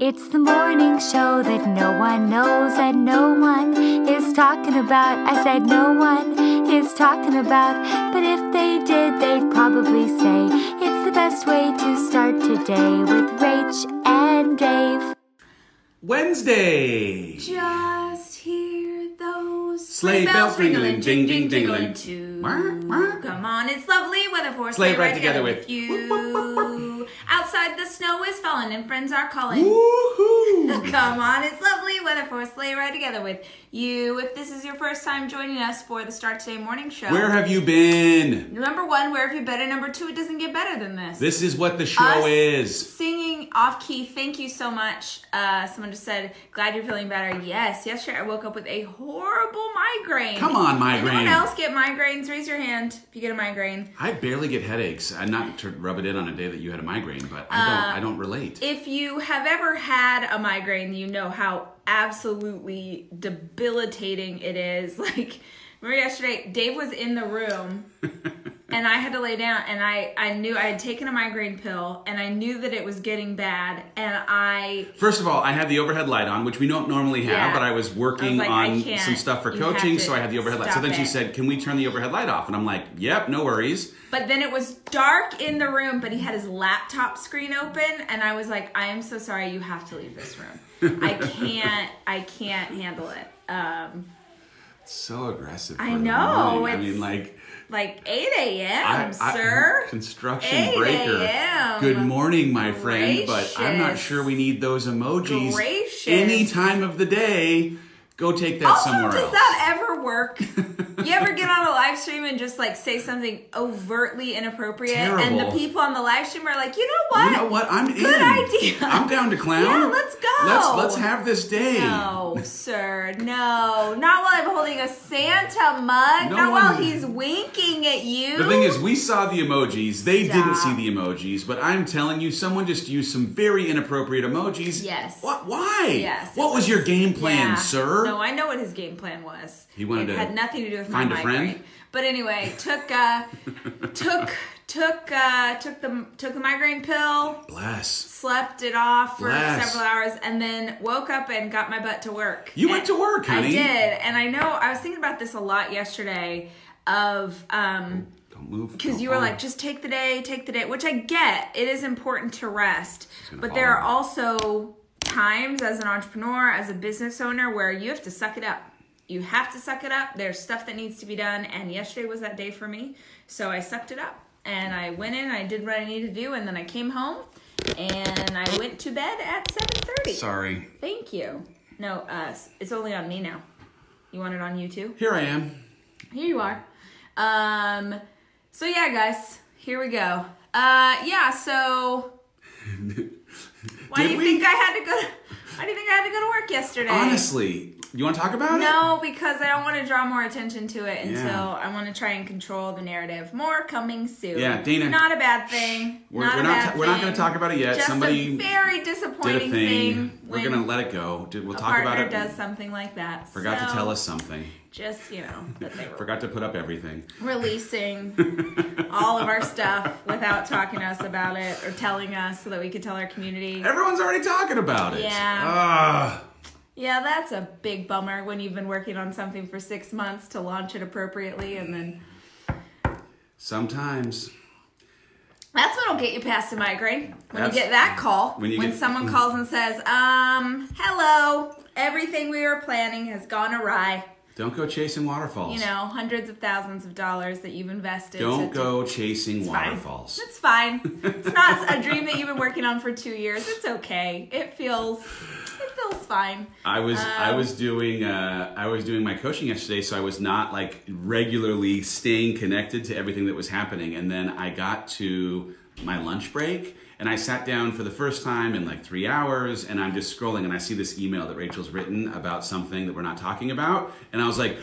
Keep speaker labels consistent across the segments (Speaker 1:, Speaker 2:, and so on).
Speaker 1: It's the morning show that no one knows and no one is talking about. I said no one is talking about, but if they did, they'd probably say it's the best way to start today with Rach and Dave.
Speaker 2: Wednesday.
Speaker 3: Just hear those
Speaker 2: Sleigh bells ringling, ding, ding, dingling.
Speaker 3: too.
Speaker 2: Wah, wah.
Speaker 3: Come on, it's lovely weather for a
Speaker 2: Sleigh
Speaker 3: sleigh
Speaker 2: ride
Speaker 3: ride
Speaker 2: together with- Whoop, whoop,
Speaker 3: you. Outside, the snow is falling and friends are calling.
Speaker 2: Woohoo!
Speaker 3: Come on, it's lovely weather for a sleigh ride together with you. If this is your first time joining us for the Start Today Morning Show,
Speaker 2: Where have you been?
Speaker 3: number one, where have you been? And number two, it doesn't get better than this.
Speaker 2: This is what the show
Speaker 3: Us.
Speaker 2: is.
Speaker 3: Singing off key, thank you so much. Uh, someone just said, "Glad you're feeling better." Yes, yesterday I woke up with a horrible migraine.
Speaker 2: Come on,
Speaker 3: Anyone
Speaker 2: migraine.
Speaker 3: else get migraines? Raise your hand if you get a migraine.
Speaker 2: I barely get headaches. I'm not to rub it in on a day that you had a migraine, but
Speaker 3: Uh,
Speaker 2: I don't. I don't relate.
Speaker 3: If you have ever had a migraine, you know how absolutely debilitating it is. Like, remember yesterday, Dave was in the room. and I had to lay down and I, I knew I had taken a migraine pill and I knew that it was getting bad and I
Speaker 2: First of all, I had the overhead light on, which we don't normally have,
Speaker 3: Yeah.
Speaker 2: but I was working
Speaker 3: I was like, I
Speaker 2: on
Speaker 3: can't.
Speaker 2: some stuff for
Speaker 3: You have
Speaker 2: coaching,
Speaker 3: to
Speaker 2: so I had the overhead light. So
Speaker 3: stop
Speaker 2: then she
Speaker 3: it.
Speaker 2: said, "Can we turn the overhead light off?" And I'm like, "Yep, no worries."
Speaker 3: But then it was dark in the room, but he had his laptop screen open, and I was like, "I am so sorry, you have to leave this room. I can't, I can't handle it." Um,
Speaker 2: So aggressive.
Speaker 3: I
Speaker 2: for the
Speaker 3: know,
Speaker 2: morning. I
Speaker 3: it's-
Speaker 2: mean, like.
Speaker 3: like eight a.m.,
Speaker 2: I- I-
Speaker 3: sir.
Speaker 2: Construction
Speaker 3: 8
Speaker 2: breaker.
Speaker 3: a.m..
Speaker 2: Good morning, my friend. But I'm not
Speaker 3: Gracious.
Speaker 2: sure we need those emojis
Speaker 3: Gracious.
Speaker 2: any time of the day. Go take that
Speaker 3: also,
Speaker 2: somewhere
Speaker 3: does
Speaker 2: else.
Speaker 3: that ever work? you ever get on a live stream and just like say something overtly inappropriate, and the
Speaker 2: Terrible.
Speaker 3: people on the live stream are like, "You know what?
Speaker 2: Oh, you know what? I'm in.
Speaker 3: Good idea.
Speaker 2: I'm down to clown.
Speaker 3: Yeah, let's go.
Speaker 2: Let's let's have this day.
Speaker 3: No, sir. No. Not while I'm holding a Santa mug.
Speaker 2: No
Speaker 3: not while
Speaker 2: one-
Speaker 3: he's winking at you.
Speaker 2: The thing is, we saw the emojis. They
Speaker 3: Stop.
Speaker 2: didn't see the emojis, but I'm telling you, someone just used some very inappropriate emojis.
Speaker 3: Yes.
Speaker 2: What? Why?
Speaker 3: Yes, it
Speaker 2: What was, your game plan,
Speaker 3: Yeah.
Speaker 2: sir?
Speaker 3: No, I know what his game plan was.
Speaker 2: He wanted
Speaker 3: it
Speaker 2: to
Speaker 3: had nothing to do with
Speaker 2: find a
Speaker 3: my
Speaker 2: friend?
Speaker 3: migraine. But anyway, took uh, took took uh, took the took the migraine pill,
Speaker 2: Bless.
Speaker 3: slept it off for
Speaker 2: Bless.
Speaker 3: several hours, and then woke up and got my butt to work.
Speaker 2: You went
Speaker 3: And-
Speaker 2: to work, honey.
Speaker 3: I did, and I know I was thinking about this a lot yesterday. Of um,
Speaker 2: Don't move.
Speaker 3: because
Speaker 2: Don't
Speaker 3: you were
Speaker 2: fall.
Speaker 3: like just take the day take the day which i get it is important to rest
Speaker 2: gonna
Speaker 3: but there
Speaker 2: follow.
Speaker 3: are also times as an entrepreneur as a business owner where you have to suck it up you have to suck it up there's stuff that needs to be done and yesterday was that day for me so i sucked it up and i went in i did what i needed to do and then i came home and i went to bed at 7.30
Speaker 2: Sorry.
Speaker 3: thank you no uh, it's only on me now you want it on you too
Speaker 2: Here I am.
Speaker 3: here you are. Um, so yeah, guys, here we go. Uh, yeah, so why do
Speaker 2: Did
Speaker 3: you
Speaker 2: we?
Speaker 3: think I had to go? To, why do you think I had to go to work yesterday?
Speaker 2: Honestly, you want to talk about it?
Speaker 3: No, because I don't want to draw more attention to it until
Speaker 2: Yeah.
Speaker 3: I want to try and control the narrative. More coming soon.
Speaker 2: Yeah, Dana.
Speaker 3: Not a bad thing.
Speaker 2: We're,
Speaker 3: not
Speaker 2: we're
Speaker 3: a
Speaker 2: not.
Speaker 3: bad
Speaker 2: we're not going
Speaker 3: thing.
Speaker 2: to talk about it yet.
Speaker 3: Just
Speaker 2: Somebody
Speaker 3: a very
Speaker 2: did a
Speaker 3: disappointing
Speaker 2: thing. we're
Speaker 3: when
Speaker 2: going to let it go. Did- We'll
Speaker 3: a
Speaker 2: talk about
Speaker 3: partner
Speaker 2: it.
Speaker 3: does something like that.
Speaker 2: Forgot to
Speaker 3: So,
Speaker 2: tell us something.
Speaker 3: Just you know that they were
Speaker 2: Forgot to put up everything.
Speaker 3: releasing all of our stuff without talking to us about it or telling us so that we could tell our community.
Speaker 2: Everyone's already talking about it.
Speaker 3: Yeah.
Speaker 2: Ah.
Speaker 3: Yeah, that's a big bummer when you've been working on something for six months to launch it appropriately and then
Speaker 2: sometimes.
Speaker 3: that's what'll get you past a migraine. When
Speaker 2: That's-
Speaker 3: you get that call,
Speaker 2: when
Speaker 3: when,
Speaker 2: you get- Mm.
Speaker 3: someone calls and says, um, hello, everything we were planning has gone awry.
Speaker 2: Don't go chasing waterfalls.
Speaker 3: You know, hundreds of thousands of dollars that you've invested.
Speaker 2: Don't
Speaker 3: to-
Speaker 2: go chasing
Speaker 3: fine.
Speaker 2: waterfalls.
Speaker 3: It's fine. It's not a dream that you've been working on for two years. It's okay. It feels it feels fine.
Speaker 2: I was I
Speaker 3: Um,
Speaker 2: was doing uh, I was doing my coaching yesterday, so I was not like regularly staying connected to everything that was happening. And then I got to my lunch break, and I sat down for the first time in like three hours, and I'm just scrolling, and I see this email that Rachel's written about something that we're not talking about, and I was like,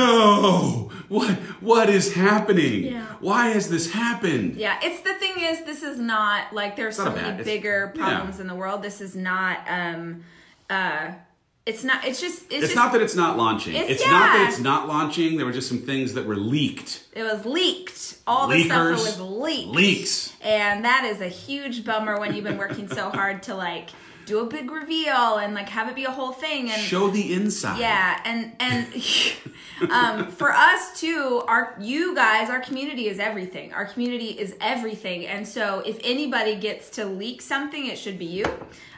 Speaker 2: No, what what is happening?
Speaker 3: Yeah.
Speaker 2: Why has this happened?
Speaker 3: Yeah, it's the thing is this is not like there's
Speaker 2: not
Speaker 3: so
Speaker 2: bad.
Speaker 3: many
Speaker 2: It's-
Speaker 3: bigger
Speaker 2: yeah.
Speaker 3: problems in the world. This is not um uh it's not it's just it's,
Speaker 2: It's
Speaker 3: just
Speaker 2: not that it's not launching. It's,
Speaker 3: It's-
Speaker 2: not that
Speaker 3: yeah.
Speaker 2: it's not launching. There were just some things that were leaked.
Speaker 3: it was leaked. All the stuff that
Speaker 2: Leakers.
Speaker 3: was leaked.
Speaker 2: Leaks.
Speaker 3: And that is a huge bummer when you've been working so hard to like do a big reveal and like have it be a whole thing and
Speaker 2: Show the inside.
Speaker 3: yeah, and and um, for us too, our you guys, our community is everything. Our community is everything, and so if anybody gets to leak something, it should be you.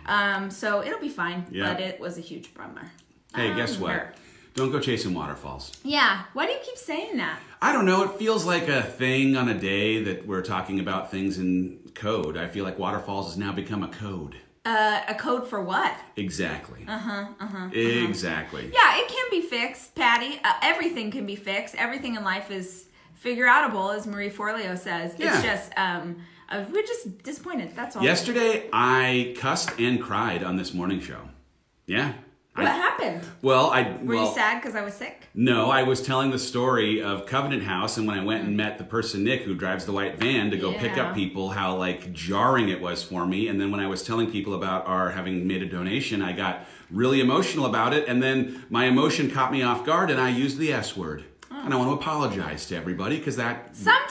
Speaker 3: Um, so it'll be fine.
Speaker 2: Yeah.
Speaker 3: But it was a huge bummer.
Speaker 2: Hey,
Speaker 3: Mm-hmm.
Speaker 2: guess what?
Speaker 3: Bummer.
Speaker 2: Don't go chasing waterfalls.
Speaker 3: Yeah. Why do you keep saying that?
Speaker 2: I don't know. It feels like a thing on a day that we're talking about things in code. I feel like waterfalls has now become a code.
Speaker 3: Uh, a code for what?
Speaker 2: Exactly. Uh
Speaker 3: Uh-huh,
Speaker 2: huh. Uh huh. Exactly.
Speaker 3: Yeah, it can be fixed, Patty. Uh, everything can be fixed. Everything in life is figure outable, as Marie Forleo says.
Speaker 2: Yeah.
Speaker 3: It's just um, uh, we're just disappointed. That's all.
Speaker 2: Yesterday, I cussed and cried on this morning show. Yeah. I-
Speaker 3: What happened?
Speaker 2: well, I
Speaker 3: Were
Speaker 2: well,
Speaker 3: you sad because I was sick?
Speaker 2: No, I was telling the story of Covenant House, and when I went and met the person Nick who drives the white van to go pick
Speaker 3: Yeah.
Speaker 2: up people, how like jarring it was for me. And then when I was telling people about our having made a donation, I got really emotional about it, and then my emotion caught me off guard, and I used the S word. And I want to apologize to everybody because that
Speaker 3: Sometimes,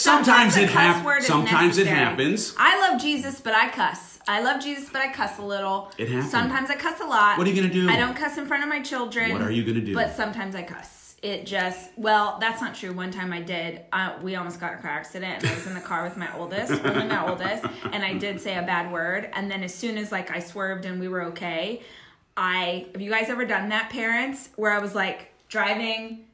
Speaker 2: Sometimes
Speaker 3: sometimes, a
Speaker 2: it
Speaker 3: cuss
Speaker 2: hap-
Speaker 3: word is
Speaker 2: sometimes it
Speaker 3: necessary.
Speaker 2: happens.
Speaker 3: I love Jesus, but I cuss. I love Jesus, but I cuss a little.
Speaker 2: It happens.
Speaker 3: Sometimes I cuss a lot.
Speaker 2: What are you gonna do?
Speaker 3: I don't cuss in front of my children.
Speaker 2: What are you gonna do?
Speaker 3: But sometimes I cuss. It just well, that's not true. One time I did. Uh, we almost got in a car accident, and I was in the car with my oldest, only my oldest, and I did say a bad word. And then as soon as like I swerved and we were okay, I have you guys ever done that, parents? Where I was like driving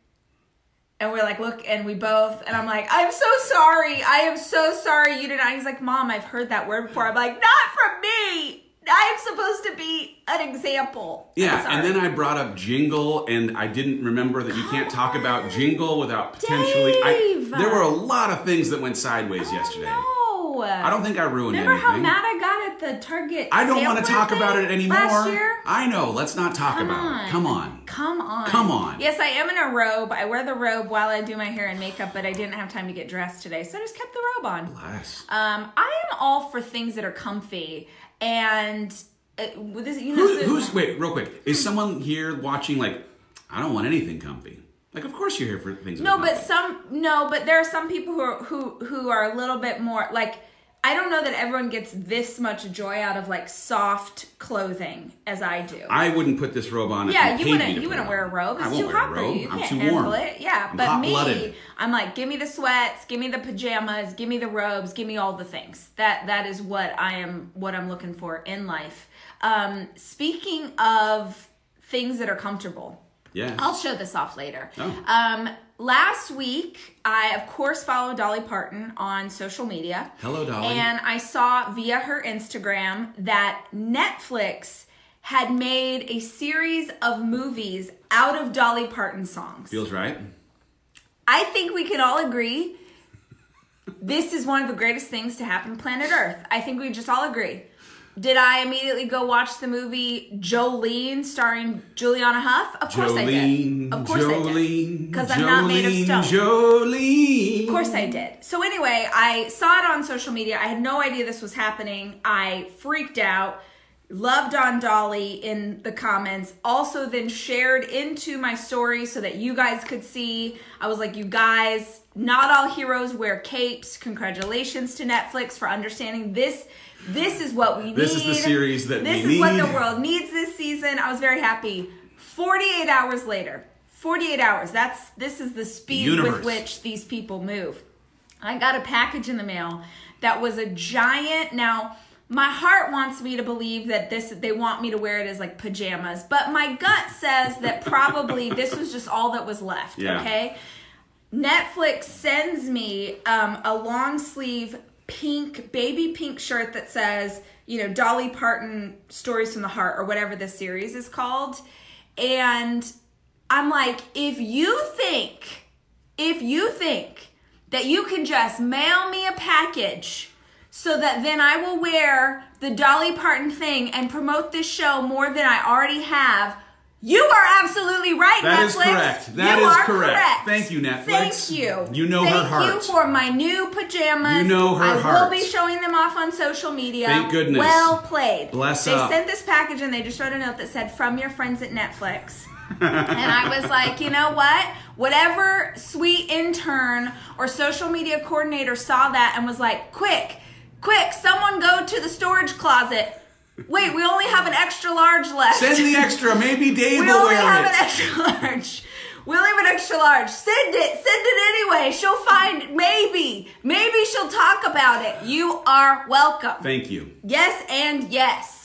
Speaker 3: and we're like, look, and we both, and I'm like, I'm so sorry. I am so sorry you did not. He's like, Mom, I've heard that word before. I'm like, not from me. I am supposed to be an example. I'm
Speaker 2: Yeah, and
Speaker 3: sorry.
Speaker 2: then I brought up jingle, and I didn't remember that you can't talk about jingle without potentially. I,
Speaker 3: Dave!
Speaker 2: there were a lot of things that went sideways yesterday.
Speaker 3: No.
Speaker 2: I don't think I ruined
Speaker 3: Remember
Speaker 2: anything.
Speaker 3: how mad I got at the Target?
Speaker 2: I don't
Speaker 3: sale
Speaker 2: want to
Speaker 3: plan
Speaker 2: talk
Speaker 3: thing
Speaker 2: about it anymore.
Speaker 3: Last year?
Speaker 2: I know. Let's not talk about it. Come on.
Speaker 3: Come on.
Speaker 2: Come on.
Speaker 3: Yes, I am in a robe. I wear the robe while I do my hair and makeup, but I didn't have time to get dressed today, so I just kept the robe on.
Speaker 2: Bless.
Speaker 3: Um, I am all for things that are comfy and uh, with this, you know,
Speaker 2: Who-
Speaker 3: so-
Speaker 2: who's wait? Real quick. Is someone here watching? Like, I don't want anything comfy. Like, of course you're here for things. that
Speaker 3: no,
Speaker 2: are
Speaker 3: but
Speaker 2: comfy.
Speaker 3: some no, but there are some people who are, who who are a little bit more like I don't know that everyone gets this much joy out of like soft clothing as I do.
Speaker 2: I wouldn't put this robe on. if
Speaker 3: yeah,
Speaker 2: paid
Speaker 3: you
Speaker 2: me to
Speaker 3: wouldn't you
Speaker 2: put it
Speaker 3: wouldn't
Speaker 2: on.
Speaker 3: wear a robe.
Speaker 2: I
Speaker 3: It's
Speaker 2: won't
Speaker 3: too
Speaker 2: wear
Speaker 3: hot
Speaker 2: a
Speaker 3: for
Speaker 2: robe.
Speaker 3: you. You
Speaker 2: I'm
Speaker 3: can't
Speaker 2: too
Speaker 3: handle
Speaker 2: warm.
Speaker 3: it. Yeah,
Speaker 2: I'm
Speaker 3: but
Speaker 2: hot-blooded.
Speaker 3: me, I'm like, give me the sweats, give me the pajamas, give me the robes, give me all the things. That that is what I am what I'm looking for in life. Um, speaking of things that are comfortable,
Speaker 2: Yeah.
Speaker 3: I'll show this off later.
Speaker 2: Oh.
Speaker 3: Um, last week, I of course followed Dolly Parton on social media.
Speaker 2: Hello, Dolly.
Speaker 3: And I saw via her Instagram that Netflix had made a series of movies out of Dolly Parton songs.
Speaker 2: Feels right.
Speaker 3: I think we can all agree this is one of the greatest things to happen to planet Earth. I think we just all agree. Did I immediately go watch the movie Jolene starring Juliana Huff? Of course I
Speaker 2: Jolene.
Speaker 3: did. Of course I did.
Speaker 2: Jolene.
Speaker 3: Because I'm not made of
Speaker 2: Jolene,
Speaker 3: stone.
Speaker 2: Jolene.
Speaker 3: Of course I did. So anyway, I saw it on social media. I had no idea this was happening. I freaked out. Loved on Dolly in the comments. Also, then shared into my story so that you guys could see. I was like, you guys, not all heroes wear capes. Congratulations to Netflix for understanding this. This is what we
Speaker 2: This
Speaker 3: need.
Speaker 2: is the series that
Speaker 3: this
Speaker 2: we
Speaker 3: is what
Speaker 2: need.
Speaker 3: the world needs this season. I was very happy. 48 hours later, 48 hours. That's this is the speed
Speaker 2: Universe.
Speaker 3: with which these people move. I got a package in the mail that was a giant. Now, my heart wants me to believe that this they want me to wear it as like pajamas, but my gut says that probably this was just all that was left,
Speaker 2: Yeah.
Speaker 3: okay? Netflix sends me um, a long sleeve pink baby pink shirt that says, you know, Dolly Parton Stories from the Heart or whatever this series is called. And I'm like, if you think if you think that you can just mail me a package so that then I will wear the Dolly Parton thing and promote this show more than I already have, you are absolutely right,
Speaker 2: That
Speaker 3: Netflix.
Speaker 2: is correct. That
Speaker 3: you
Speaker 2: is
Speaker 3: are
Speaker 2: correct.
Speaker 3: correct.
Speaker 2: Thank you, Netflix.
Speaker 3: Thank you.
Speaker 2: You know her
Speaker 3: Thank
Speaker 2: heart.
Speaker 3: you for my new pajamas.
Speaker 2: You know her
Speaker 3: I
Speaker 2: heart.
Speaker 3: will be showing them off on social media.
Speaker 2: Thank goodness.
Speaker 3: Well played.
Speaker 2: Bless
Speaker 3: They
Speaker 2: up.
Speaker 3: sent this package and they just wrote a note that said, "From your friends at Netflix." and I was like, you know what? Whatever sweet intern or social media coordinator saw that and was like, quick, quick, someone go to the storage closet. Wait, we only have an extra large left.
Speaker 2: Send the extra. Maybe Dave
Speaker 3: we
Speaker 2: will
Speaker 3: only
Speaker 2: wear
Speaker 3: have
Speaker 2: it.
Speaker 3: an extra large. We only have an extra large. Send it. Send it anyway. She'll find maybe. Maybe she'll talk about it. You are welcome.
Speaker 2: Thank you.
Speaker 3: Yes and yes.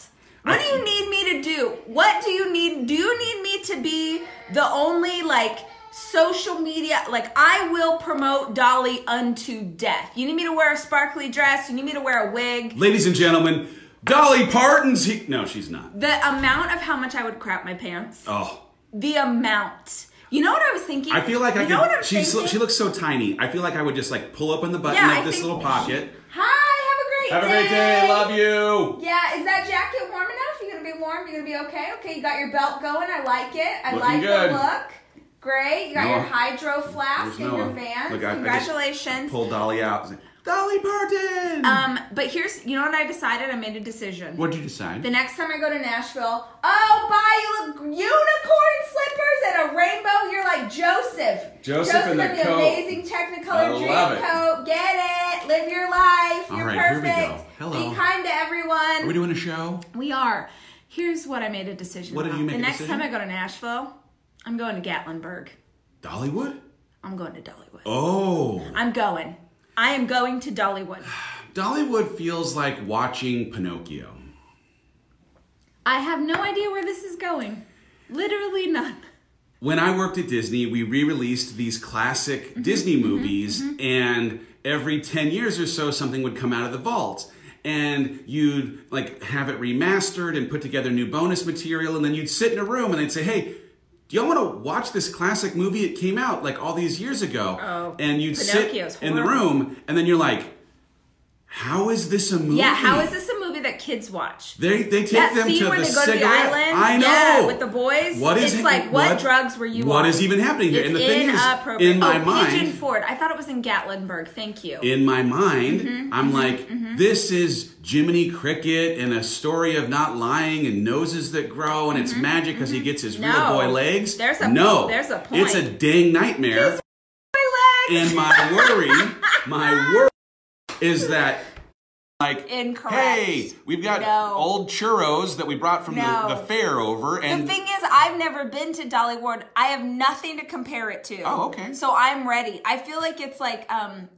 Speaker 3: What do
Speaker 2: I-
Speaker 3: you need me to do? What do you need? Do you need me to be the only like social media? Like I will promote Dolly unto death. You need me to wear a sparkly dress. You need me to wear a wig.
Speaker 2: Ladies and gentlemen, Dolly Parton's he- No, she's not.
Speaker 3: The amount of how much I would crap my pants.
Speaker 2: Oh.
Speaker 3: The amount. You know what I was thinking?
Speaker 2: I feel like
Speaker 3: you
Speaker 2: I
Speaker 3: know
Speaker 2: could.
Speaker 3: what I'm
Speaker 2: she's,
Speaker 3: thinking?
Speaker 2: She looks so tiny. I feel like I would just like pull open the button
Speaker 3: Yeah,
Speaker 2: of
Speaker 3: I
Speaker 2: this
Speaker 3: think-
Speaker 2: little pocket.
Speaker 3: Hi. Have
Speaker 2: Have a
Speaker 3: a great
Speaker 2: great day. Love you.
Speaker 3: Yeah, is that jacket warm enough? You're gonna be warm. You're gonna be okay. Okay, you got your belt going. I like it. I
Speaker 2: Looking
Speaker 3: like
Speaker 2: good.
Speaker 3: the look. Great. You got your
Speaker 2: Noah.
Speaker 3: hydro flask
Speaker 2: There's
Speaker 3: and your
Speaker 2: Noah.
Speaker 3: Vans.
Speaker 2: Look, I- I just
Speaker 3: Congratulations.
Speaker 2: Pull Dolly out. and say, Dolly Parton.
Speaker 3: um, but here's you know what I decided. I made a decision.
Speaker 2: What'd you decide?
Speaker 3: The next time I go to Nashville, oh, buy you look unicorn slippers and a rainbow. You're like Joseph.
Speaker 2: Joseph
Speaker 3: Joseph
Speaker 2: and the
Speaker 3: in the
Speaker 2: coat. I
Speaker 3: amazing Technicolor
Speaker 2: love
Speaker 3: dream
Speaker 2: it.
Speaker 3: coat. Get it. Live your life.
Speaker 2: All
Speaker 3: You're
Speaker 2: right, here we
Speaker 3: perfect.
Speaker 2: go. Hello.
Speaker 3: Be kind to everyone.
Speaker 2: Are we doing a show?
Speaker 3: We are. Here's what I made a decision.
Speaker 2: What did
Speaker 3: about.
Speaker 2: you make
Speaker 3: The
Speaker 2: a
Speaker 3: next
Speaker 2: decision?
Speaker 3: time I go to Nashville, I'm going to Gatlinburg.
Speaker 2: Dollywood.
Speaker 3: I'm going to Dollywood.
Speaker 2: Oh.
Speaker 3: I'm going. I am going to Dollywood.
Speaker 2: Dollywood feels like watching Pinocchio.
Speaker 3: I have no idea where this is going. Literally none.
Speaker 2: When I worked at Disney, we re released these classic
Speaker 3: Mm-hmm.
Speaker 2: Disney movies, and every 10 years or so, something would come out of the vault. And you'd like have it remastered and put together new bonus material, and then you'd sit in a room and they'd say, Hey, do y'all want to watch this classic movie? It came out like all these years ago.
Speaker 3: Oh,
Speaker 2: and you'd
Speaker 3: Pinocchio's
Speaker 2: sit in the
Speaker 3: horrible.
Speaker 2: room, and then you're like, How is this a movie?
Speaker 3: Yeah, how is this a movie that kids watch?
Speaker 2: They, they take
Speaker 3: That
Speaker 2: them
Speaker 3: scene
Speaker 2: to
Speaker 3: where
Speaker 2: the
Speaker 3: they go to the
Speaker 2: cigarette.
Speaker 3: island,
Speaker 2: I know.
Speaker 3: yeah, with the boys.
Speaker 2: What is
Speaker 3: It's
Speaker 2: it-
Speaker 3: like, what drugs were you
Speaker 2: What
Speaker 3: on?
Speaker 2: is even happening here?
Speaker 3: It's
Speaker 2: and the thing is,
Speaker 3: inappropriate.
Speaker 2: in my
Speaker 3: oh,
Speaker 2: mind,
Speaker 3: Pigeon Ford. I thought it was in Gatlinburg. Thank you.
Speaker 2: in my mind,
Speaker 3: Mm-hmm,
Speaker 2: I'm like, this is Jiminy Cricket and a story of not lying and noses that grow and it's magic because he gets his real
Speaker 3: Mm-hmm, No.
Speaker 2: boy legs.
Speaker 3: There's a-
Speaker 2: no.
Speaker 3: there's a
Speaker 2: It's a
Speaker 3: point.
Speaker 2: dang nightmare.
Speaker 3: my legs.
Speaker 2: and my worry, my worry is that like
Speaker 3: Incorrect.
Speaker 2: Hey, we've got
Speaker 3: No.
Speaker 2: old churros that we brought from
Speaker 3: No.
Speaker 2: the, the fair over,
Speaker 3: The
Speaker 2: and
Speaker 3: thing is, I've never been to Dollywood. I have nothing to compare it to.
Speaker 2: Oh, okay.
Speaker 3: So I'm ready. I feel like it's like um,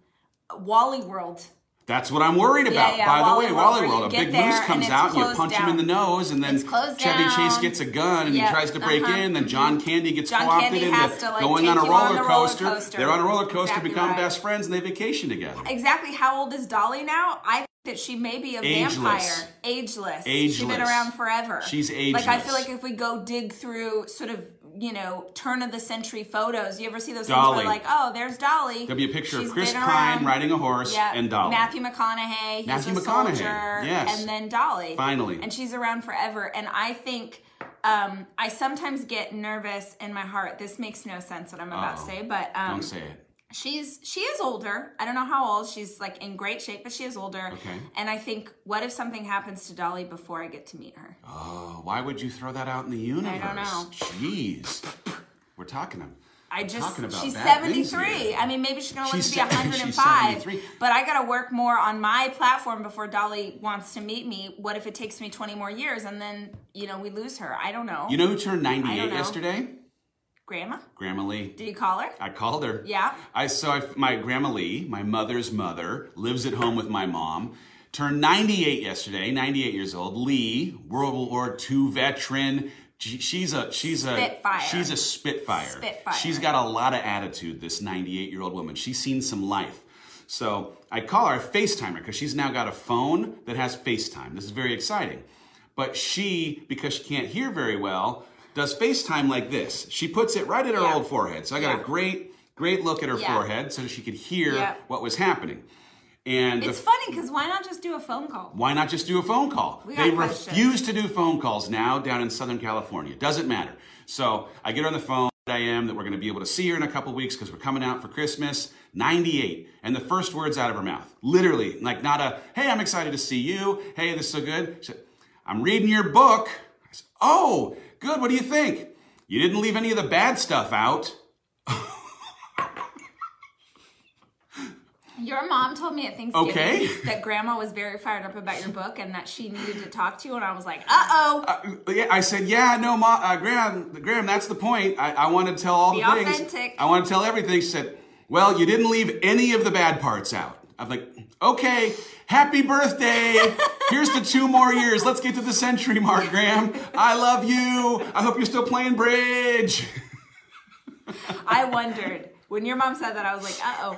Speaker 3: Wally World.
Speaker 2: That's what I'm worried about.
Speaker 3: yeah,
Speaker 2: By the
Speaker 3: Wally
Speaker 2: way,
Speaker 3: World,
Speaker 2: Wally
Speaker 3: where you
Speaker 2: World, a
Speaker 3: get
Speaker 2: big
Speaker 3: there
Speaker 2: moose
Speaker 3: and
Speaker 2: comes
Speaker 3: it's
Speaker 2: out and you
Speaker 3: closed
Speaker 2: punch him in
Speaker 3: down.
Speaker 2: the nose, and then
Speaker 3: It's closed
Speaker 2: Chevy Chase
Speaker 3: down.
Speaker 2: gets a gun and
Speaker 3: Yep,
Speaker 2: he tries to break
Speaker 3: uh-huh.
Speaker 2: in. Then John Candy gets
Speaker 3: John
Speaker 2: co-opted
Speaker 3: Candy
Speaker 2: into
Speaker 3: has to, like,
Speaker 2: going
Speaker 3: take
Speaker 2: on a
Speaker 3: you on
Speaker 2: roller
Speaker 3: the roller
Speaker 2: coaster.
Speaker 3: coaster.
Speaker 2: They're on a roller coaster,
Speaker 3: Exactly
Speaker 2: become
Speaker 3: right.
Speaker 2: best friends, and they vacation together.
Speaker 3: Exactly how old is Dolly now? I think that she may be a
Speaker 2: Ageless.
Speaker 3: vampire. Ageless. She's been
Speaker 2: Ageless.
Speaker 3: around forever.
Speaker 2: She's
Speaker 3: Like I feel
Speaker 2: ageless.
Speaker 3: like if we go dig through sort of, you know, turn of the century photos, you ever see those things
Speaker 2: Dolly.
Speaker 3: where like, oh, there's Dolly.
Speaker 2: There'll be a picture
Speaker 3: She's
Speaker 2: of Chris
Speaker 3: been
Speaker 2: Pine
Speaker 3: around.
Speaker 2: riding a horse
Speaker 3: Yeah.
Speaker 2: and Dolly.
Speaker 3: Matthew McConaughey. He's
Speaker 2: Matthew
Speaker 3: a
Speaker 2: McConaughey,
Speaker 3: Soldier,
Speaker 2: yes.
Speaker 3: And then Dolly.
Speaker 2: Finally.
Speaker 3: And she's around forever. And I think um, I sometimes get nervous in my heart. This makes no sense what I'm about to
Speaker 2: Uh-oh.
Speaker 3: say, but um,
Speaker 2: Don't say it.
Speaker 3: she's she is older. I don't know how old. She's like in great shape, but she is older.
Speaker 2: Okay.
Speaker 3: And I think, what if something happens to Dolly before I get to meet her?
Speaker 2: Oh, why would you throw that out in the universe?
Speaker 3: know.
Speaker 2: Jeez, we're talking. About,
Speaker 3: I
Speaker 2: we're
Speaker 3: just
Speaker 2: talking about
Speaker 3: she's
Speaker 2: bad things
Speaker 3: 73.
Speaker 2: here.
Speaker 3: I mean, maybe she's gonna live
Speaker 2: She's
Speaker 3: to
Speaker 2: se-
Speaker 3: be
Speaker 2: she's
Speaker 3: 105.
Speaker 2: 73.
Speaker 3: But I gotta work more on my platform before Dolly wants to meet me. What if it takes me 20 more years and then you know we lose her? I don't know.
Speaker 2: You know who turned
Speaker 3: I don't
Speaker 2: 98
Speaker 3: know.
Speaker 2: yesterday?
Speaker 3: Grandma,
Speaker 2: Grandma Lee.
Speaker 3: did you call her?
Speaker 2: I called her.
Speaker 3: Yeah.
Speaker 2: I so I, my grandma Lee, my mother's mother, lives at home with my mom. Turned 98 yesterday, 98 years old. Lee, World War II veteran. She- She's a she's a
Speaker 3: Spitfire.
Speaker 2: she's a spitfire.
Speaker 3: Spitfire.
Speaker 2: She's got a lot of attitude. This 98 year old woman. She's seen some life. So I call her, I FaceTime her because she's now got a phone that has FaceTime. This is very exciting. But she, because she can't hear very well, does FaceTime like this. She puts it right at her
Speaker 3: Yeah.
Speaker 2: old forehead. So I got
Speaker 3: Yeah.
Speaker 2: a great, great look at her
Speaker 3: Yeah.
Speaker 2: forehead so she could hear
Speaker 3: Yeah.
Speaker 2: what was happening. And the
Speaker 3: It's funny because why not just do a phone call?
Speaker 2: why not just do a phone call?
Speaker 3: We got
Speaker 2: They
Speaker 3: questions.
Speaker 2: refuse to do phone calls now down in Southern California. Doesn't matter. So I get her on the phone. I am that we're going to be able to see her in a couple weeks because we're coming out for Christmas. 98, and the first words out of her mouth, literally, like not a "Hey, I'm excited to see you." Hey, this is so good. She said, I'm reading your book. I said, "Oh, good. What do you think? You didn't leave any of the bad stuff out."
Speaker 3: Your mom told me at Thanksgiving
Speaker 2: Okay.
Speaker 3: that grandma was very fired up about your book and that she needed to talk to you. And I was like, uh oh.
Speaker 2: Uh, yeah, I said, yeah, no, Ma, uh, Graham, Graham, that's the point. I, I want to tell all
Speaker 3: Be
Speaker 2: the things.
Speaker 3: authentic.
Speaker 2: I want to tell everything. She said, well, you didn't leave any of the bad parts out. I'm like, okay, happy birthday. Here's to two more years. Let's get to the century mark, Graham. I love you. I hope you're still playing bridge.
Speaker 3: I wondered. When your mom said that, I was like, uh oh.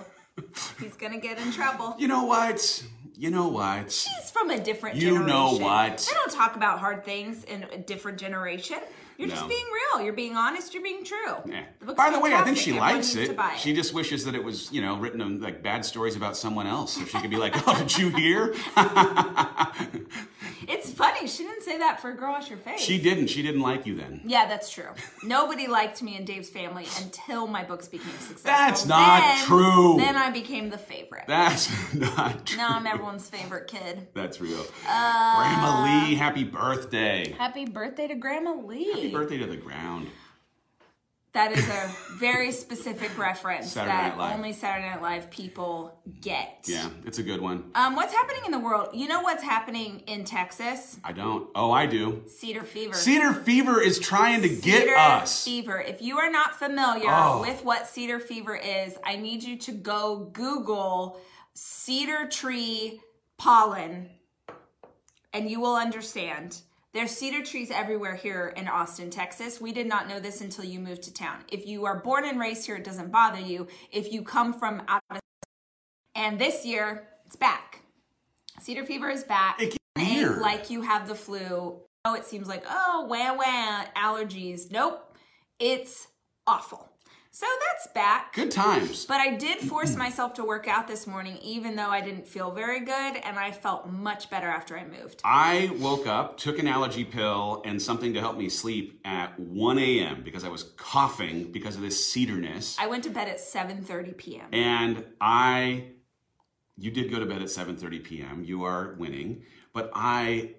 Speaker 3: He's going to get in trouble.
Speaker 2: You know what? You know what?
Speaker 3: He's from a different
Speaker 2: You
Speaker 3: generation.
Speaker 2: know what?
Speaker 3: They don't talk about hard things in a different generation. You're
Speaker 2: No.
Speaker 3: just being real. You're being honest. You're being true.
Speaker 2: Yeah. Eh.
Speaker 3: book's
Speaker 2: By the way, I think
Speaker 3: fantastic.
Speaker 2: she
Speaker 3: Everyone
Speaker 2: likes
Speaker 3: needs
Speaker 2: it.
Speaker 3: to buy
Speaker 2: She just wishes that it was, you know, written on like bad stories about someone else. So she could be like, "Oh, did you hear?"
Speaker 3: It's funny. She didn't say that for Girl Wash Your Face.
Speaker 2: she didn't. She didn't like you then.
Speaker 3: Yeah, that's true. Nobody liked me in Dave's family until my books became successful.
Speaker 2: That's not
Speaker 3: Then-
Speaker 2: true.
Speaker 3: Then I became the favorite.
Speaker 2: That's not true.
Speaker 3: now I'm everyone's favorite kid.
Speaker 2: That's real.
Speaker 3: Uh,
Speaker 2: Grandma Lee, happy birthday.
Speaker 3: Happy birthday to Grandma Lee.
Speaker 2: Happy birthday to the ground.
Speaker 3: That is a very specific reference
Speaker 2: Saturday Night
Speaker 3: that
Speaker 2: Live.
Speaker 3: only Saturday Night Live people get.
Speaker 2: Yeah, it's a good one.
Speaker 3: Um, what's happening in the world? You know what's happening in Texas?
Speaker 2: I don't. Oh, I do.
Speaker 3: Cedar fever.
Speaker 2: Cedar fever is trying to get
Speaker 3: Cedar
Speaker 2: us.
Speaker 3: Fever. If you are not familiar
Speaker 2: Oh.
Speaker 3: with what cedar fever is, I need you to go Google cedar tree pollen and you will understand. There's cedar trees everywhere here in Austin, Texas. We did not know this until you moved to town. If you are born and raised here, it doesn't bother you. If you come from out of and this year, it's back. Cedar fever is back.
Speaker 2: It gets
Speaker 3: Ain't
Speaker 2: weird.
Speaker 3: like you have the flu. Oh, it seems like, oh, wah, wah, allergies. Nope. It's awful. So that's back.
Speaker 2: Good Mm-hmm. times.
Speaker 3: But I did force myself to work out this morning, even though I didn't feel very good, and I felt much better after I moved.
Speaker 2: I woke up, took an allergy pill and something to help me sleep at 1 a.m. because I was coughing because of this cedarness.
Speaker 3: I went to bed at 7:30 p.m.
Speaker 2: and I, you did go to bed at 7:30 p.m. You are winning, but I,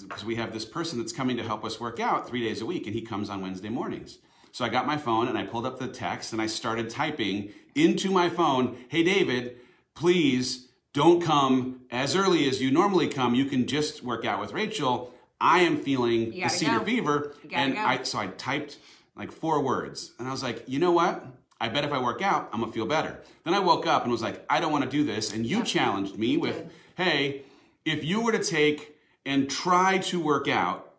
Speaker 2: because we have this person that's coming to help us work out three days a week, and he comes on Wednesday mornings. So I got my phone and I pulled up the text and I started typing into my phone, "Hey David, please don't come as early as you normally come. You can just work out with Rachel. I am feeling the
Speaker 3: gotta
Speaker 2: cedar
Speaker 3: go.
Speaker 2: fever,
Speaker 3: gotta
Speaker 2: and
Speaker 3: go.
Speaker 2: I so I typed like four words, and I was like, you know what? I bet if I work out, I'm gonna feel better. Then I woke up and was like, I don't want to do this. And you challenged me with, hey, if you were to take and try to work out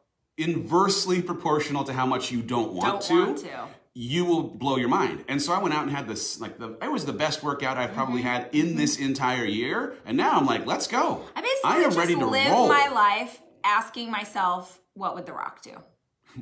Speaker 2: inversely proportional to how much you don't want,
Speaker 3: Don't
Speaker 2: to,
Speaker 3: want to.
Speaker 2: you will blow your mind. And so I went out and had this like the it was the best workout I've probably had in this entire year. And now I'm like, let's go.
Speaker 3: Mm-hmm. I basically
Speaker 2: I am
Speaker 3: just
Speaker 2: ready to
Speaker 3: live
Speaker 2: roll.
Speaker 3: my life asking myself, what would The Rock do?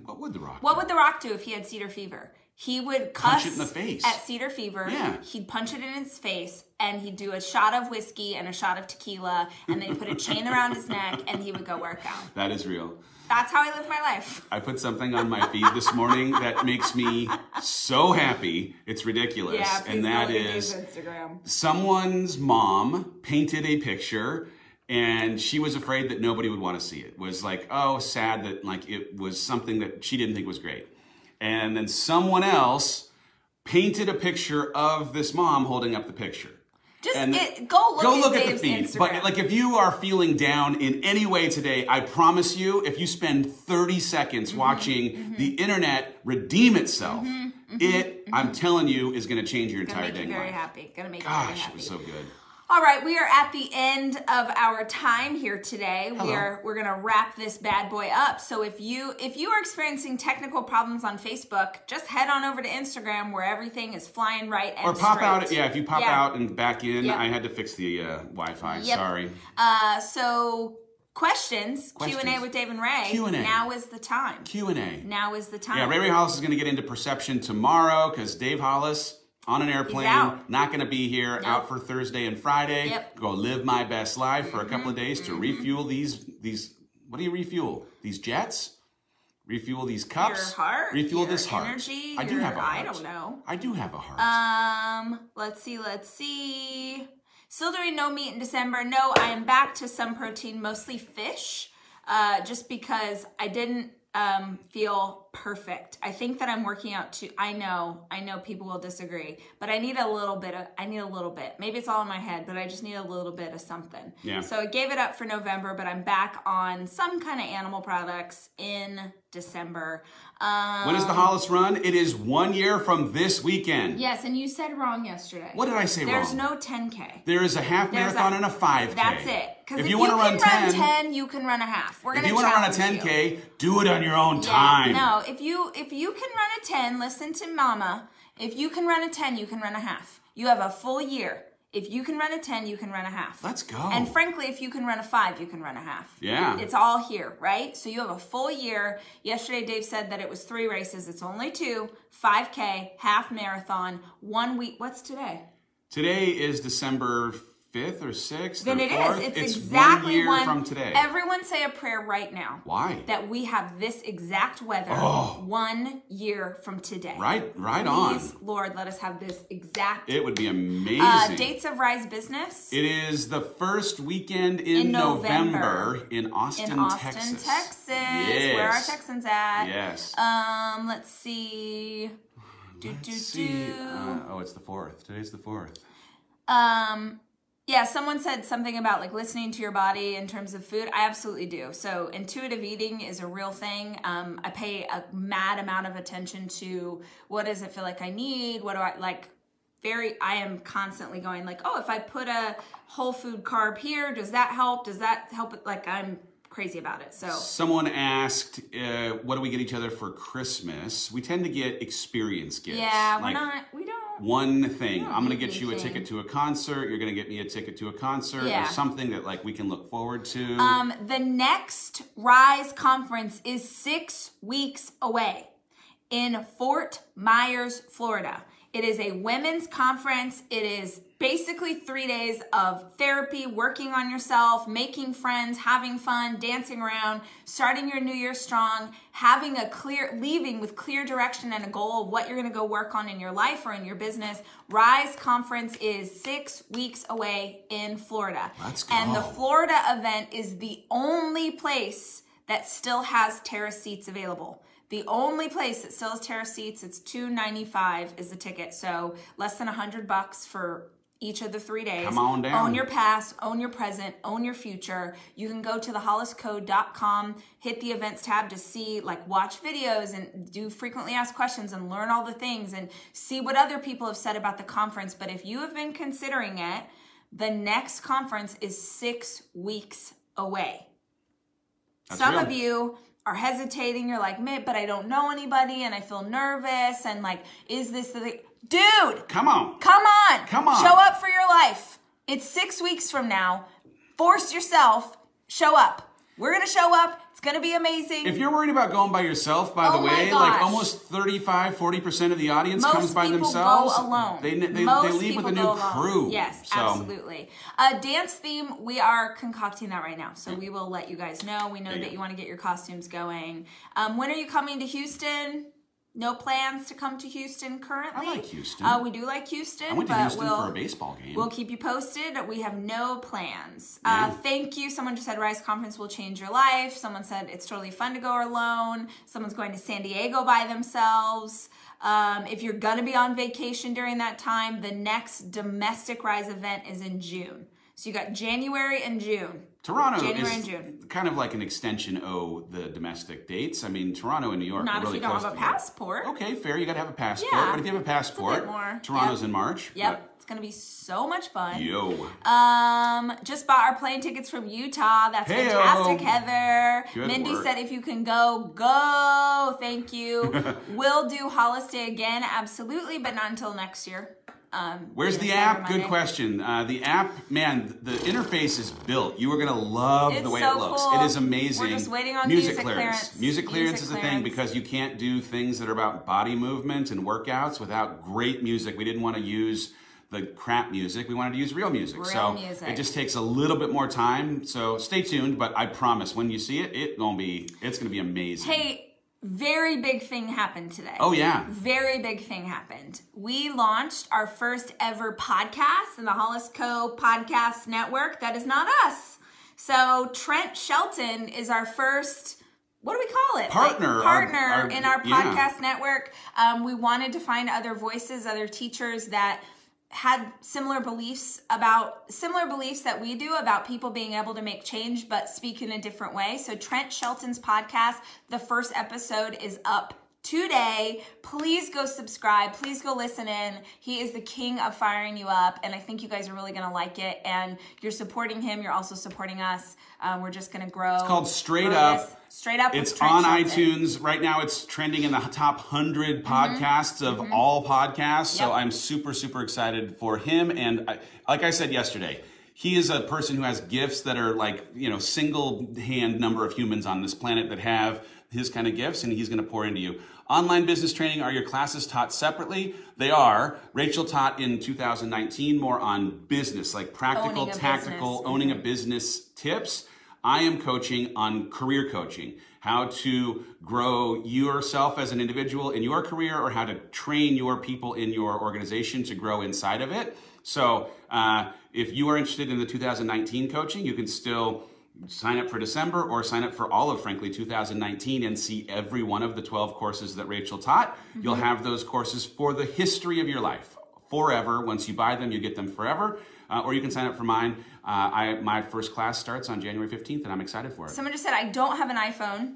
Speaker 2: What would the rock?
Speaker 3: What would The Rock do if he had cedar fever? He would
Speaker 2: Punch
Speaker 3: cuss
Speaker 2: it in the face.
Speaker 3: at cedar fever.
Speaker 2: Yeah.
Speaker 3: He'd punch it in his face, and he'd do a shot of whiskey and a shot of tequila, and then he'd put a chain around his neck, and he would go work out.
Speaker 2: that is real.
Speaker 3: That's how I live my life.
Speaker 2: I put something on my feed this morning that makes me so happy. It's ridiculous.
Speaker 3: Yeah,
Speaker 2: and that is
Speaker 3: Instagram.
Speaker 2: someone's mom painted a picture and she was afraid that nobody would want to see it. Was like, "Oh, sad that like it was something that she didn't think was great." And then someone else painted a picture of this mom holding up the picture
Speaker 3: Just
Speaker 2: and
Speaker 3: it, go look
Speaker 2: go
Speaker 3: at
Speaker 2: look at the
Speaker 3: Dave's
Speaker 2: feed.
Speaker 3: Instagram.
Speaker 2: But like, if you are feeling down in any way today, I promise you, if you spend 30 seconds
Speaker 3: Mm-hmm.
Speaker 2: watching the internet redeem itself, it, I'm telling you, is going to change your
Speaker 3: Mm-hmm. gonna
Speaker 2: entire
Speaker 3: make you
Speaker 2: dang
Speaker 3: very
Speaker 2: life.
Speaker 3: happy. Gonna make you very
Speaker 2: Gosh,
Speaker 3: happy.
Speaker 2: it was so good.
Speaker 3: All right, we are at the end of our time here today. We
Speaker 2: Hello.
Speaker 3: are we're gonna wrap this bad boy up. So if you if you are experiencing technical problems on Facebook, just head on over to Instagram where everything is flying right and
Speaker 2: Or pop
Speaker 3: straight.
Speaker 2: out, yeah. If you pop
Speaker 3: Yeah.
Speaker 2: out and back in,
Speaker 3: Yep.
Speaker 2: I had to fix the uh, Wi-Fi.
Speaker 3: Yep.
Speaker 2: Sorry.
Speaker 3: Uh, so questions, Q and A
Speaker 2: Questions.
Speaker 3: with Dave and Ray.
Speaker 2: Q and A.
Speaker 3: Now is the time.
Speaker 2: Q and A.
Speaker 3: now is the time.
Speaker 2: Yeah, Ray Ray Hollis is going to get into perception tomorrow because Dave Hollis on an airplane,
Speaker 3: out.
Speaker 2: not going to be here, out for Thursday and Friday.
Speaker 3: Yep. Mm-hmm.
Speaker 2: Go live my best life for a couple of days to refuel these these. What do you refuel? These jets? Refuel these
Speaker 3: your
Speaker 2: cups?
Speaker 3: heart,
Speaker 2: Refuel
Speaker 3: your
Speaker 2: this heart.
Speaker 3: energy.
Speaker 2: I do
Speaker 3: your-
Speaker 2: have a heart.
Speaker 3: I don't know.
Speaker 2: I do have a heart.
Speaker 3: Um, let's see, let's see. Still doing no meat in December. No, I am back to some protein, mostly fish, uh, just because I didn't um, feel perfect. I think that I'm working out too. I know, I know people will disagree, but I need a little bit of, I need a little bit. Maybe it's all in my head, but I just need a little bit of something.
Speaker 2: Yeah.
Speaker 3: So I gave it up for November, but I'm back on some kind of animal products in December. Um,
Speaker 2: When is the Hollis run? It is one year from this weekend.
Speaker 3: Yes, and you said wrong yesterday.
Speaker 2: What did I say
Speaker 3: There's
Speaker 2: wrong?
Speaker 3: no 10K.
Speaker 2: There is a half
Speaker 3: There's
Speaker 2: marathon
Speaker 3: a-
Speaker 2: and a 5K.
Speaker 3: That's it. Because
Speaker 2: If,
Speaker 3: if,
Speaker 2: you want to run
Speaker 3: can run
Speaker 2: 10,
Speaker 3: 10, you can run a half. We're
Speaker 2: if
Speaker 3: gonna
Speaker 2: you want to run a
Speaker 3: challenge you.
Speaker 2: 10K, do it on your own
Speaker 3: Yeah,
Speaker 2: time.
Speaker 3: No, if you if you can run a 10, listen to mama. If you can run a 10, you can run a half. You have a full year. If you can run a 10, you can run a half.
Speaker 2: Let's go.
Speaker 3: And frankly, if you can run a 5, you can run a half.
Speaker 2: Yeah.
Speaker 3: It's all here, right? So you have a full year. Yesterday Dave said that it was 3 races. It's only 2, 5k, half marathon, 1 week. What's today?
Speaker 2: Today is December 5th or 6th.
Speaker 3: Then
Speaker 2: or
Speaker 3: it
Speaker 2: 4th.
Speaker 3: is. It's, exactly
Speaker 2: one year
Speaker 3: one-
Speaker 2: from today.
Speaker 3: Everyone say a prayer right now.
Speaker 2: Why?
Speaker 3: That we have this exact weather one year from today.
Speaker 2: Oh. right right on.
Speaker 3: Please, Lord, let us have this exact
Speaker 2: It would be amazing.
Speaker 3: uh, dates of Rise Business
Speaker 2: It is the first weekend in,
Speaker 3: In November.
Speaker 2: November in Austin,
Speaker 3: in Austin,
Speaker 2: Texas.
Speaker 3: Texas. Where are
Speaker 2: Yes.
Speaker 3: Texans at?
Speaker 2: Yes.
Speaker 3: Um, let's see. Do, do,
Speaker 2: Let's see.
Speaker 3: do.
Speaker 2: Uh, oh, it's the 4th. Today's the 4th.
Speaker 3: Um, yeah, someone said something about like listening to your body in terms of food. I absolutely do. So intuitive eating is a real thing. Um, I pay a mad amount of attention to what does it feel like I need? What do I like? Very, I am constantly going like, oh, if I put a whole food carb here, does that help? Does that help? it? Like I'm crazy about it. So
Speaker 2: Someone asked, uh, "What do we get each other for Christmas?" We tend to get experience gifts.
Speaker 3: yeah, we're
Speaker 2: like
Speaker 3: not, we don't.
Speaker 2: one thing. I'm gonna
Speaker 3: need
Speaker 2: get you a
Speaker 3: anything.
Speaker 2: ticket to a concert. You're gonna get me a ticket to a concert
Speaker 3: Yeah.
Speaker 2: or something that like we can look forward to.
Speaker 3: Um, the next Rise conference is six weeks away in Fort Myers, Florida. It is a women's conference. It is basically three days of therapy, working on yourself, making friends, having fun, dancing around, starting your new year strong, having a clear, leaving with clear direction and a goal of what you're gonna go work on in your life or in your business. Rise Conference is six weeks away in Florida.
Speaker 2: Let's
Speaker 3: And the
Speaker 2: go.
Speaker 3: Florida event is the only place that still has terrace seats available. The only place that still has terrace seats, it's two ninety five is the ticket. So less than hundred bucks for each of the three days.
Speaker 2: Come on down.
Speaker 3: Own your past, own your present, own your future. You can go to theholliscode.com, hit the events tab to see, like, watch videos and do frequently asked questions and learn all the things and see what other people have said about the conference. But if you have been considering it, the next conference is six weeks away.
Speaker 2: That's
Speaker 3: Some
Speaker 2: real.
Speaker 3: of you are hesitating. You're like, "Mitt, but I don't know anybody and I feel nervous. And like, is this the thing? Dude,
Speaker 2: Come on.
Speaker 3: Come on.
Speaker 2: Come on.
Speaker 3: Show up for your life. It's six weeks from now. Force yourself. Show up. We're going to show up. It's going to be amazing.
Speaker 2: If you're worried about going by yourself, by
Speaker 3: Oh
Speaker 2: the
Speaker 3: my
Speaker 2: way,
Speaker 3: gosh.
Speaker 2: like almost 35, 40% of the audience
Speaker 3: Most
Speaker 2: comes by
Speaker 3: people
Speaker 2: themselves.
Speaker 3: go alone.
Speaker 2: They, they, they
Speaker 3: Most
Speaker 2: leave with
Speaker 3: people
Speaker 2: a new
Speaker 3: go alone.
Speaker 2: crew.
Speaker 3: Yes,
Speaker 2: So,
Speaker 3: absolutely. A dance theme. We are concocting that right now, so we will let you guys know. We know
Speaker 2: you
Speaker 3: that
Speaker 2: go.
Speaker 3: you want to get your costumes going. Um, when are you coming to Houston? No plans to come to Houston currently.
Speaker 2: I like Houston.
Speaker 3: Uh, we do like Houston.
Speaker 2: I went to
Speaker 3: but
Speaker 2: Houston
Speaker 3: we'll,
Speaker 2: for a baseball game.
Speaker 3: We'll keep you posted. We have no plans. Uh,
Speaker 2: Yeah.
Speaker 3: thank you. Someone just said Rise Conference will change your life. Someone said it's totally fun to go alone. Someone's going to San Diego by themselves. Um, if you're going to be on vacation during that time, the next domestic Rise event is in June. So you got January and June.
Speaker 2: Toronto
Speaker 3: January
Speaker 2: is
Speaker 3: and June.
Speaker 2: kind of like an extension of the domestic dates. I mean, Toronto and New York
Speaker 3: Not
Speaker 2: are really
Speaker 3: if you don't
Speaker 2: close
Speaker 3: have a
Speaker 2: together.
Speaker 3: passport.
Speaker 2: Okay, fair. You got to have a passport.
Speaker 3: Yeah.
Speaker 2: But if you have a passport,
Speaker 3: more.
Speaker 2: Toronto's
Speaker 3: Yep.
Speaker 2: in March.
Speaker 3: Yep. It's going to be so much
Speaker 2: but-
Speaker 3: fun.
Speaker 2: Yo.
Speaker 3: Um, just bought our plane tickets from Utah. That's
Speaker 2: Heyo.
Speaker 3: fantastic, Heather.
Speaker 2: Good
Speaker 3: Mindy
Speaker 2: work.
Speaker 3: said, if you can go, go. Thank you. we'll do Hollis Day again, absolutely, but not until next year. Um,
Speaker 2: Where's
Speaker 3: you know,
Speaker 2: the
Speaker 3: Cyber
Speaker 2: app? Good
Speaker 3: Monday.
Speaker 2: question. Uh, the app, man, the interface is built. You are gonna love
Speaker 3: It's
Speaker 2: the way
Speaker 3: so
Speaker 2: it looks.
Speaker 3: cool.
Speaker 2: It is amazing.
Speaker 3: We're just waiting on music clearance.
Speaker 2: Music clearance
Speaker 3: Music
Speaker 2: is a thing
Speaker 3: clearance.
Speaker 2: because you can't do things that are about body movement and workouts without great music. We didn't want to use the crap music. We wanted to use real music.
Speaker 3: Real
Speaker 2: so
Speaker 3: music.
Speaker 2: it just takes a little bit more time. So stay tuned. But I promise, when you see it, it gonna be it's gonna be amazing.
Speaker 3: Hey, very big thing happened today.
Speaker 2: Oh yeah.
Speaker 3: very big thing happened. We launched our first ever podcast in the Hollis Co. Podcast Network. That is not us. So Trent Shelton is our first what do we call it?
Speaker 2: Partner,
Speaker 3: Like,
Speaker 2: our-
Speaker 3: partner
Speaker 2: our-
Speaker 3: in our
Speaker 2: yeah.
Speaker 3: podcast network. Um, we wanted to find other voices, other teachers that had similar beliefs about similar beliefs that we do about people being able to make change but speak in a different way. So Trent Shelton's podcast, the first episode is up today. Please go subscribe. Please go listen in. He is the king of firing you up and I think you guys are really going to like it and you're supporting him, you're also supporting us. Uh, we're just going to grow. It's
Speaker 2: called Straight Up.
Speaker 3: Straight up. with
Speaker 2: It's
Speaker 3: Trent
Speaker 2: on
Speaker 3: Shelton. Mm-hmm.
Speaker 2: iTunes right now. It's trending in the top hundred podcasts of all podcasts. So
Speaker 3: Yep.
Speaker 2: I'm super super excited for him. And I, like I said yesterday, he is a person who has gifts that are like you know single hand number of humans on this planet that have his kind of gifts, and he's going to pour into you. Online business training are your classes taught separately? They are. Rachel taught in 2019 more on business, like practical,
Speaker 3: Owning a
Speaker 2: tactical,
Speaker 3: business.
Speaker 2: owning a business tips. I am coaching on career coaching, how to grow yourself as an individual in your career or how to train your people in your organization to grow inside of it. So, uh, if you are interested in the 2019 coaching, you can still sign up for December or sign up for all of frankly 2019 and see every one of the 12 courses that Rachel taught. You'll have those courses for the history of your life forever. Once you buy them, you get them forever. Uh, or you can sign up for mine. Uh, I my first class starts on January 15th, and I'm excited for it.
Speaker 3: Someone just said, I don't have an iPhone,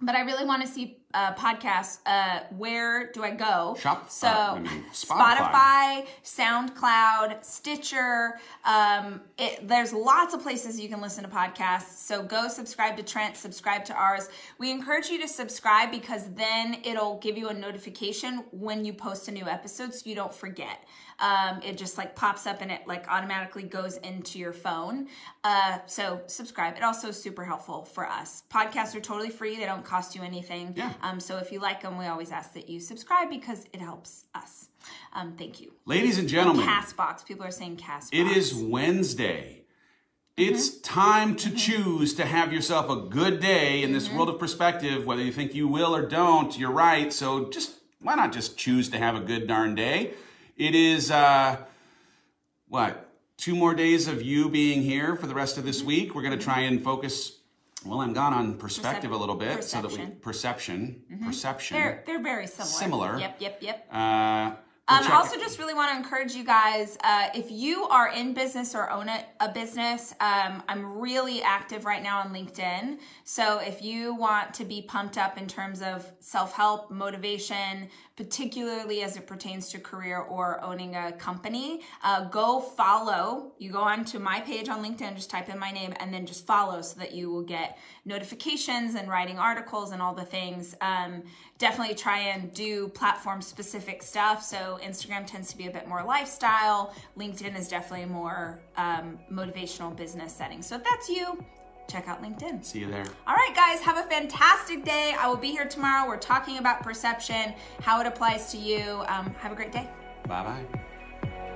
Speaker 3: but I really want to see uh, podcasts. Uh, where do I go?
Speaker 2: Shop-
Speaker 3: So,
Speaker 2: uh, I mean, Spotify.
Speaker 3: Spotify. SoundCloud, Stitcher. Um, it, there's lots of places you can listen to podcasts. So, go subscribe to Trent, subscribe to ours. We encourage you to subscribe because then it'll give you a notification when you post a new episode so you don't forget. Um, it just like pops up and it like automatically goes into your phone. Uh, so subscribe. It also is super helpful for us. Podcasts are totally free; they don't cost you anything.
Speaker 2: Yeah.
Speaker 3: Um, so if you like them, we always ask that you subscribe because it helps us. Um, thank you.
Speaker 2: Ladies and gentlemen,
Speaker 3: Castbox. People are saying Castbox.
Speaker 2: it is Wednesday.
Speaker 3: Mm-hmm.
Speaker 2: It's time to choose to have yourself a good day in
Speaker 3: Mm-hmm.
Speaker 2: this world of perspective. Whether you think you will or don't, you're right. So just why not just choose to have a good darn day? It is uh, what two more days of you being here for the rest of this
Speaker 3: Mm-hmm.
Speaker 2: week. We're going to try and focus. Well, I'm gone on perspective a little bit, so that we
Speaker 3: perception.
Speaker 2: perception,
Speaker 3: Mm-hmm.
Speaker 2: perception.
Speaker 3: They're they're very similar.
Speaker 2: Similar.
Speaker 3: Yep. Yep. Yep.
Speaker 2: Uh,
Speaker 3: Um, I also just really want to encourage you guys uh, if you are in business or own a, a business, um, I'm really active right now on LinkedIn. So if you want to be pumped up in terms of self help, motivation, particularly as it pertains to career or owning a company, uh, go follow. You go onto my page on LinkedIn, just type in my name, and then just follow so that you will get notifications and writing articles and all the things. Um, definitely try and do platform specific stuff. So Instagram tends to be a bit more lifestyle. LinkedIn is definitely more um, motivational business setting. So if that's you, check out LinkedIn.
Speaker 2: see you there.
Speaker 3: All right, guys, have a fantastic day. I will be here tomorrow. We're talking about perception, how it applies to you. Um, have a great day.
Speaker 2: Bye bye.